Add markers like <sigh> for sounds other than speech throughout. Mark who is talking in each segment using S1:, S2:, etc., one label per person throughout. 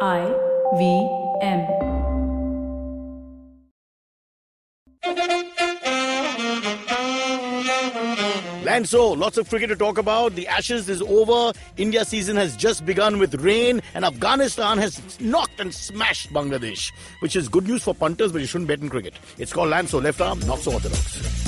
S1: I V M.
S2: And so, lots of cricket to talk about. The Ashes is over. India season has just begun with rain, and Afghanistan has knocked and smashed Bangladesh, which is good news for punters, but you shouldn't bet in cricket. It's called Lanso, left arm, not so orthodox.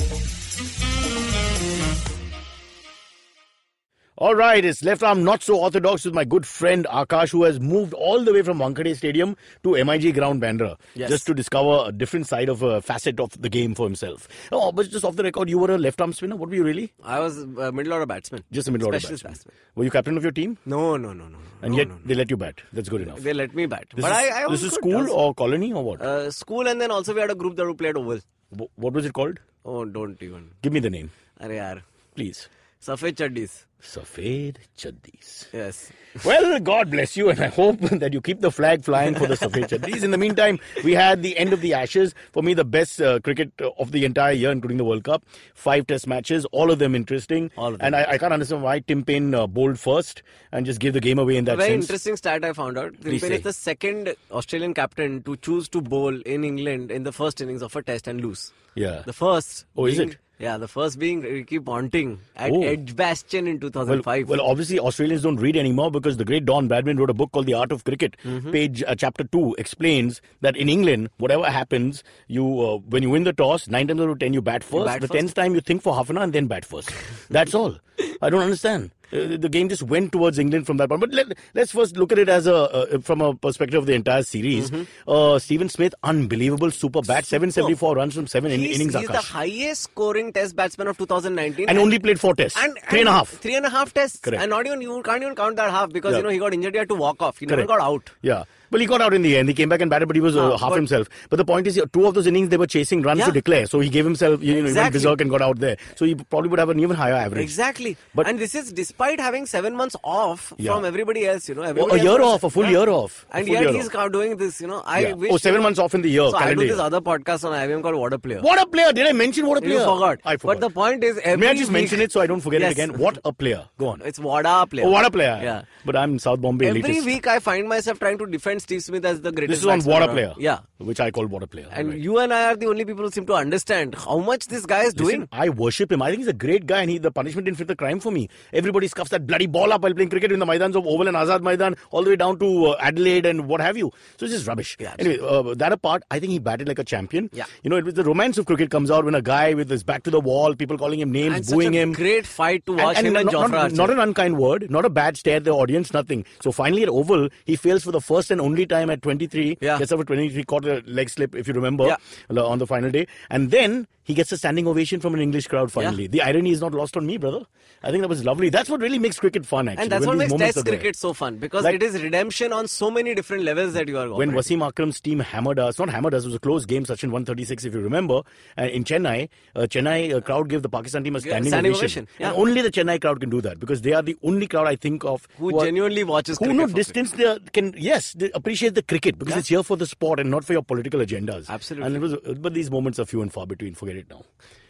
S2: All right, it's left arm not so orthodox with my good friend Akash, who has moved all the way from Wankhede Stadium to MIG Ground, Bandra,
S3: Yes.
S2: just to discover a different side of a facet of the game for himself. Oh, but just off the record, you were a left arm spinner. What were you really?
S3: I was a middle order batsman.
S2: Just a middle order
S3: Specialist
S2: batsman. Were you captain of your team?
S3: No, no, no, no. no,
S2: And
S3: no,
S2: yet
S3: no, no.
S2: they let you bat. That's good enough.
S3: they let me bat.
S2: This
S3: but
S2: is,
S3: I, I was
S2: this is
S3: good.
S2: school
S3: I was-
S2: or colony or what?
S3: uh, school, and then also we had a group that we played oval.
S2: Wh- what was it called?
S3: Oh, don't even.
S2: Give me the name,
S3: Arey yaar,
S2: please.
S3: safed chaddis.
S2: Safed Chaddis.
S3: Yes.
S2: Well, God bless you, and I hope <laughs> that you keep the flag flying for the Safed Chaddis. In the meantime, we had the end of the Ashes. For me, the best uh, cricket uh, of the entire year, including the World Cup. Five Test matches, all of them interesting.
S3: All of them
S2: and I, I can't understand why Tim Payne uh, bowled first and just gave the game away in that
S3: Very
S2: sense.
S3: interesting stat I found out. Tim
S2: Please
S3: Payne
S2: say.
S3: is the second Australian captain to choose to bowl in England in the first innings of a test and lose.
S2: Yeah.
S3: The first.
S2: Oh, is
S3: being-
S2: it?
S3: Yeah, the first being Ricky Ponting at
S2: Oh.
S3: Edgbaston in
S2: Well,
S3: 2005.
S2: well, obviously Australians don't read anymore because the great Don Bradman wrote a book called The Art of Cricket.
S3: Mm-hmm.
S2: Page uh, chapter two explains that in England, whatever happens, you uh, when you win the toss, nine times out of ten you bat first.
S3: bat
S2: the
S3: first.
S2: tenth time you think for half an hour and then bat first. That's all. I don't understand. Uh, the game just went towards England from that point. But let, let's first look at it as a uh, from a perspective of the entire series.
S3: Mm-hmm.
S2: Uh, Stephen Smith, unbelievable super bat, seven seventy four runs from seven in-
S3: he's,
S2: innings.
S3: he's the
S2: Akash.
S3: highest scoring test batsman of 2019.
S2: and only played four tests,
S3: and,
S2: three and a half.
S3: three and a half tests,
S2: Correct.
S3: and not even you can't even count that half because
S2: Yeah.
S3: you know he got injured. He had to walk off. He never
S2: Correct.
S3: got out.
S2: Yeah. Well, he got out in the end. He came back and batted, but he was uh,
S3: Ah,
S2: half
S3: but-
S2: himself. But the point is, uh, two of those innings they were chasing runs to
S3: Yeah.
S2: declare. So he gave himself, you know, he went
S3: Exactly.
S2: berserk and got out there. So he probably would have an even higher average.
S3: Exactly.
S2: But-
S3: and this is despite having seven months off
S2: Yeah.
S3: from everybody else. You know,
S2: Oh, a
S3: everybody
S2: year
S3: else was-
S2: off, a full
S3: Yeah.
S2: year off. a
S3: And
S2: full
S3: yet
S2: year
S3: he's
S2: off.
S3: ca- doing this. You know, I
S2: Yeah.
S3: wish.
S2: Oh, seven months off in the year,
S3: So I do
S2: calendar
S3: this
S2: year.
S3: other podcast on IBM called What a Player.
S2: What a player! Did I mention what a
S3: You
S2: player?
S3: forgot.
S2: I forgot.
S3: But the point is, every
S2: May I just
S3: week-
S2: mention it so I don't forget
S3: Yes.
S2: it again? What a player! Go on.
S3: It's what a player.
S2: Oh, what a player!
S3: Yeah.
S2: But I'm South Bombay
S3: Every
S2: elitist.
S3: week I find myself trying to defend Steve Smith as the
S2: this
S3: greatest.
S2: is on
S3: batsman
S2: what a
S3: around.
S2: player.
S3: Yeah.
S2: Which I call what a player.
S3: And
S2: Right.
S3: you and I are the only people who seem to understand how much this guy is
S2: Listen,
S3: doing.
S2: I worship him. I think he's a great guy, and he, the punishment didn't fit the crime for me. Everybody scuffs that bloody ball up while playing cricket in the maidans of Oval and Azad Maidan, all the way down to uh, Adelaide and what have you. So it's just rubbish.
S3: Yeah,
S2: anyway, uh, that apart, I think he batted like a champion.
S3: Yeah.
S2: You know, it was the romance of cricket comes out when a guy with his back to the wall, people calling him names,
S3: and such
S2: booing
S3: a
S2: him.
S3: great fight to
S2: And-
S3: watch
S2: and
S3: him and
S2: not,
S3: Jofra
S2: not,
S3: Archer.
S2: not an unkind word, not a bad stare at the audience, nothing. So finally at Oval, he fails for the first and only time at 23.
S3: Yeah.
S2: Gets up at 23, caught a leg slip, if you remember,
S3: Yeah.
S2: l- on the final day. And then he gets a standing ovation from an English crowd finally. The irony is not lost on me, brother. I think that was lovely. That's what really makes cricket fun, actually.
S3: and that's
S2: when
S3: what
S2: these
S3: makes
S2: moments
S3: Test
S2: are there.
S3: cricket so fun because
S2: Like-
S3: it is redemption on so many different levels that you are
S2: when
S3: going.
S2: Wasim Akram's team hammered us, not hammered us, it was a close game, Sachin 136, if you remember, uh, in Chennai, uh, Chennai uh, crowd gave the Pakistan team a
S3: Yeah,
S2: standing,
S3: standing
S2: ovation.
S3: ovation, yeah.
S2: And only the Chennai crowd can do that because they are the only crowd I think of
S3: who
S2: are-
S3: genuinely watches
S2: who
S3: cricket
S2: know
S3: for
S2: distance they are- can yes they appreciate the cricket because
S3: Yeah.
S2: it's here for the sport and not for your political agendas
S3: Absolutely.
S2: and it was but these moments are few and far between forget it now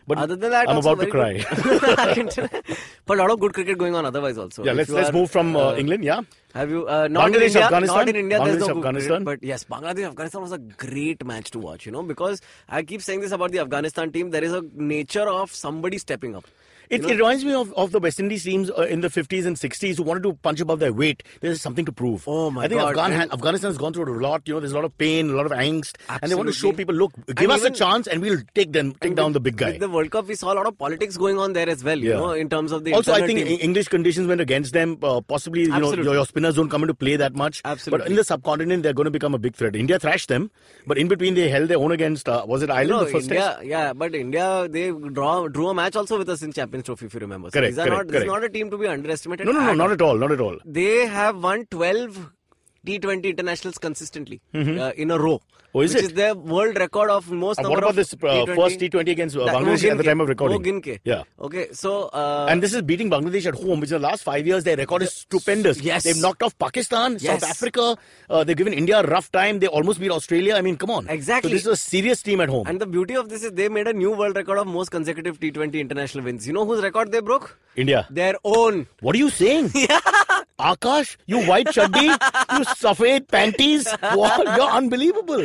S2: but
S3: Other than that,
S2: i'm
S3: also
S2: about to cry <laughs>
S3: very <laughs> good- but a lot of good cricket going on otherwise also.
S2: yeah
S3: If
S2: let's
S3: you
S2: let's
S3: are,
S2: move from uh,
S3: uh,
S2: england yeah
S3: Have you uh, not in
S2: Bangladesh,
S3: India?
S2: Afghanistan?
S3: Not in India. there's no
S2: Bangladesh,
S3: good cricket,
S2: Afghanistan?
S3: but yes, Bangladesh Afghanistan was a great match to watch. You know because I keep saying this about the Afghanistan team. There is a nature of somebody stepping up.
S2: it, it reminds me of, of the West Indies teams uh, in the 50s and 60s who wanted to punch above their weight. There's something to prove.
S3: Oh, my
S2: I think
S3: God.
S2: Afghan, Afghanistan has gone through a lot. You know, there's a lot of pain, a lot of angst, and they want to show
S3: Absolutely.
S2: people, look, give
S3: And
S2: us
S3: even-
S2: a chance, and we'll take them, take down the big guy.
S3: With the World Cup, we saw a lot of politics going on there as well. You
S2: Yeah.
S3: know in terms of the
S2: also, I
S3: internal
S2: think
S3: team.
S2: Eng- English conditions went against them. Uh, possibly, you know,
S3: Absolutely.
S2: your, your spinners don't come into play that much. But
S3: Absolutely.
S2: in the subcontinent, they're going to become a big threat. India thrashed them, but in between, they held their own against. Uh, was it Ireland
S3: No,
S2: the first
S3: India,
S2: test?
S3: yeah, but India they draw drew a match also with us in Champions Trophy, if you remember. So
S2: Correct,
S3: these are
S2: correct,
S3: not, This is
S2: correct.
S3: not a team to be underestimated.
S2: No, no, no, not at all, not at all.
S3: They have won 12 T20 internationals consistently uh, in a row.
S2: Mm-hmm. Oh, is
S3: which
S2: it?
S3: is their world record of most
S2: Uh,
S3: number
S2: what about
S3: of
S2: this uh, first T20 against uh,
S3: That-
S2: Bangladesh at the
S3: Moginke.
S2: time of recording?
S3: Moginke.
S2: Yeah.
S3: Oh, Okay, so uh,
S2: And this is beating Bangladesh at home, which in the last five years their record is stupendous.
S3: Yes.
S2: They've knocked off Pakistan,
S3: Yes.
S2: South Africa. Uh, they've given India a rough time. They almost beat Australia. I mean, come on.
S3: Exactly.
S2: So this is a serious team at home.
S3: and the beauty of this is they made a new world record of most consecutive T20 international wins. You know whose record they broke?
S2: India.
S3: Their own. <laughs>
S2: What are you saying? Akash, you white chaddi, you suffade
S3: <laughs>
S2: panties. Wow, you're unbelievable.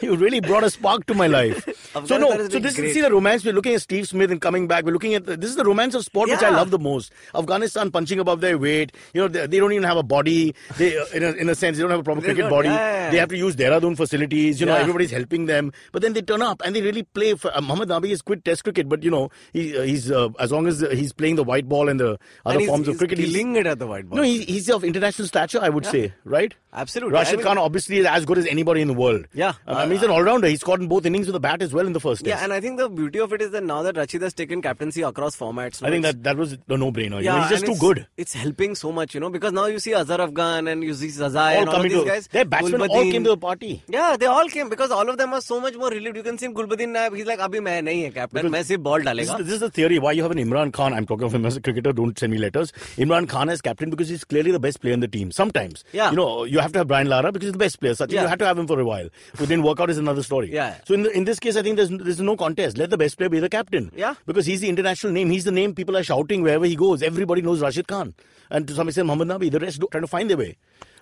S2: You really brought a spark to my life. So no,
S3: Afghanistan has
S2: so
S3: been
S2: this
S3: great.
S2: is see the romance. We're looking at Steve Smith and coming back. We're looking at the, this is the romance of sport, which I
S3: Yeah.
S2: love the most. Afghanistan punching above their weight. You know, they, they don't even have a body. They, uh, in a, in a sense, they don't have a proper
S3: They
S2: cricket
S3: don't,
S2: body.
S3: yeah, yeah,
S2: They
S3: yeah.
S2: have to use Dehradun facilities. You know,
S3: Yeah.
S2: everybody's helping them. But then they turn up and they really play. For, uh, Mohammad Nabi has quit Test cricket, but you know, he, uh, he's uh, as long as uh, he's playing the white ball and the other
S3: And he's-
S2: forms of
S3: he's
S2: cricket, he's-
S3: killing it at the white ball.
S2: no, he, he's of international stature, I would say, right?
S3: Absolutely.
S2: Rashid
S3: I mean-
S2: Khan obviously is as good as anybody in the world.
S3: Yeah. Uh,
S2: Um, I mean, he's an all rounder. He scored in both innings with a bat as well in the first
S3: yeah,
S2: test.
S3: and I think the beauty of it is that now that Rachid has taken captaincy across formats, no,
S2: I think
S3: it's-
S2: that that was a no brainer.
S3: yeah,
S2: he's just
S3: and
S2: too
S3: it's-
S2: good.
S3: It's helping so much, you know, because now you see Azhar Afghan and you see Zazai
S2: All
S3: and all of
S2: coming
S3: these
S2: to
S3: guys.
S2: their batsmen all came to
S3: Gulbuddin.
S2: the party.
S3: Yeah, they all came because all of them are so much more relieved. You can see him, Gulbuddin Naib, he's like, अभी मैं नहीं है captain, मैं सिर्फ ball
S2: This is,
S3: डालेगा.
S2: the, this is the theory why you have an Imran Khan. I'm talking of him as a cricketer. Don't send me letters. Imran Khan as captain because he's clearly the best player in the team. Sometimes,
S3: Yeah.
S2: you know, you have to have Brian Lara because he's the best player. Sachin,
S3: Yeah.
S2: you had to have him for a while. Who didn't work out is another story.
S3: Yeah.
S2: So in the, in this case, I think there's there's no contest. Let the best player be the captain.
S3: Yeah.
S2: Because he's the international name. He's the name people are shouting wherever he goes. Everybody knows Rashid Khan, and to some extent Mohammad Nabi. The rest do, trying to find their way.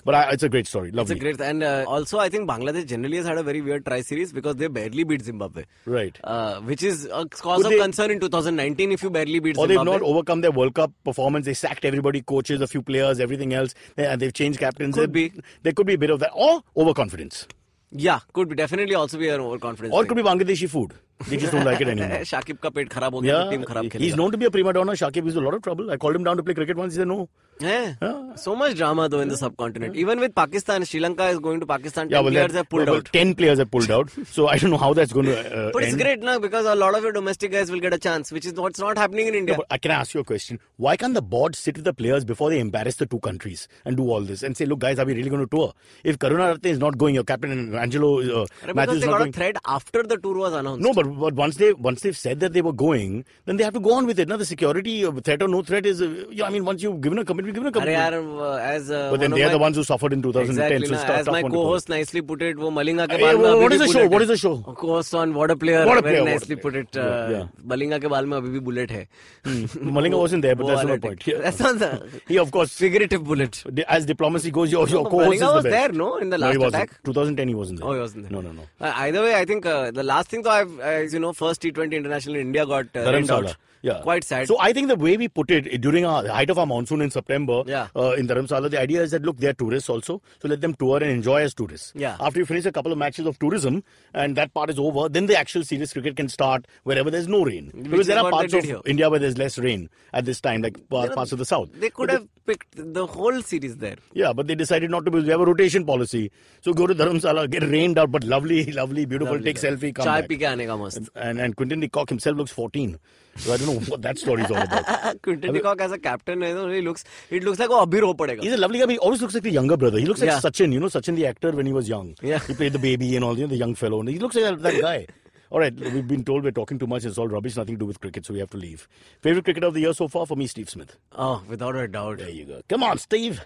S2: But I, it's a great story.
S3: It's
S2: Lovely.
S3: a great and uh, also I think Bangladesh generally has had a very weird try series because they barely beat Zimbabwe,
S2: Right.
S3: Uh, which is a cause
S2: Could
S3: of
S2: they-
S3: concern in 2019 if you barely beat
S2: or they've
S3: Zimbabwe.
S2: not overcome their World Cup performance. They sacked everybody, coaches, a few players, everything else, They- and they've changed captains.
S3: Could
S2: There-
S3: be.
S2: There could be a bit of that, or overconfidence,
S3: yeah, could be definitely also be an overconfidence.
S2: or it
S3: thing.
S2: could be Bangladeshi food. They just don't like it
S3: <laughs>
S2: anymore.
S3: Shakib का पेट खराब हो गया तो team
S2: Yeah,
S3: खराब
S2: he's known to be a prima donna. Shakib is a lot of trouble. I called him down to play cricket once. He said no.
S3: खेलेगा so much drama though in the subcontinent even with Pakistan Sri Lanka is going to Pakistan
S2: Yeah, well,
S3: players
S2: that-
S3: have pulled
S2: well,
S3: out
S2: ten players have
S3: <laughs>
S2: pulled out. So I don't know how that's going to uh,
S3: But it's
S2: end.
S3: great now because a lot of your domestic guys will get a chance, which is what's not happening in India.
S2: No, but I can I ask you a question. Why can't the board sit with the players before they embarrass the two countries and do all this and say, look, guys, are we really going to tour? If Karuna is not going, your captain and Angelo uh,
S3: Right,
S2: Matthews
S3: because
S2: is
S3: they
S2: not
S3: got
S2: going.
S3: a thread after the tour was announced.
S2: No, but, but once they once they've said that they were going, then they have to go on with it. Now the security uh, threat or no threat is, uh, yeah, I mean, once you've given a commitment, given a
S3: अरे
S2: commitment.
S3: यार uh, as uh,
S2: but then
S3: one of
S2: they're
S3: my-
S2: the ones who suffered in 2010.
S3: exactly
S2: so
S3: ना,
S2: it's tough,
S3: as
S2: tough
S3: my
S2: one to call.
S3: co-host nicely put it वो Malinga
S2: Hey,
S3: के बाल में
S2: what
S3: अभी भी
S2: is the show?
S3: bullet
S2: What
S3: है.
S2: is the show?
S3: Of course, on what a player
S2: What a
S3: very
S2: player, what a
S3: nicely
S2: player.
S3: put it uh,
S2: Yeah, yeah.
S3: Malinga के बाल में अभी भी bullet है
S2: <laughs> Malinga wasn't
S3: <laughs>
S2: there, but
S3: वो
S2: that's not my
S3: alert है.
S2: point. <laughs> Yeah.
S3: oh, That's not the
S2: He, of course,
S3: figurative bullet
S2: di- as diplomacy goes, your, your
S3: <laughs> No,
S2: co-host
S3: Malinga
S2: is the
S3: was
S2: best.
S3: there, no, in the
S2: no, he
S3: last
S2: wasn't.
S3: attack?
S2: 2010, he wasn't there.
S3: Oh, he wasn't there.
S2: No, no, no.
S3: Uh, either way, I think uh, the last thing though, I've, uh, you know, first T20 international in India got uh, rained
S2: Dharamsala.
S3: out.
S2: Yeah.
S3: Quite sad.
S2: So I think the way we put it eh, during our height of our monsoon in September
S3: Yeah.
S2: uh, in Dharamsala, the idea is that look, they're tourists also, so let them tour and enjoy as tourists.
S3: Yeah.
S2: After you finish a couple of matches of tourism and that part is over, then the actual serious cricket can start wherever there's no rain. because
S3: is
S2: there are
S3: what they
S2: parts
S3: did
S2: of
S3: here.
S2: India where there's less rain at this time, like pa-
S3: know,
S2: parts of the south.
S3: they could have picked the whole series there.
S2: Yeah, but they decided not to because we have a rotation policy. So go to Dharamsala, get rained out, but lovely, <laughs> lovely, beautiful, take selfie, come
S3: चाय
S2: back.
S3: पी के आने का <laughs> मस्त
S2: And, and Quinton de Kock himself looks 14. So I don't know <laughs> what that story's all about.
S3: Quinton de Kock as a captain you know he looks it looks like वो अभी रो पड़ेगा
S2: He's a lovely guy. But he always looks like the younger brother. He looks like
S3: Yeah.
S2: Sachin. You know, Sachin the actor when he was young.
S3: Yeah.
S2: He played the baby and all the, the young fellow. And he looks like that, that <laughs> guy. All right, we've been told we're talking too much. It's all rubbish, nothing to do with cricket, so we have to leave. Favorite cricket of the year so far for me, Steve Smith.
S3: Oh, without a doubt.
S2: There you go. Come on, Steve.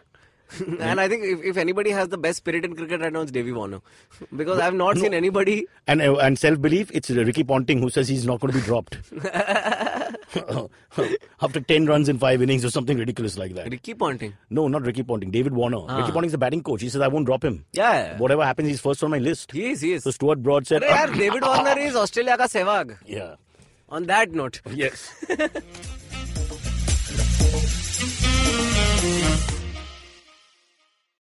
S3: <laughs> and I think if, if anybody has the best spirit in cricket right now, it's Davy Warner. <laughs> Because I've not seen anybody. <laughs>
S2: And uh, and self belief, it's Ricky Ponting who says he's not going to be <laughs> dropped after ten runs in five innings or something ridiculous like that.
S3: Ricky Ponting.
S2: No, not Ricky Ponting. David Warner. Ricky Ponting's the batting coach. He says I won't drop him.
S3: Ah. Yeah.
S2: Whatever happens, he's first on my list.
S3: He is, he is.
S2: So Stuart Broad said, "Ah."
S3: अरे यार David Warner is Australia का Sehwag
S2: <laughs> Yeah.
S3: On that note
S2: Yes.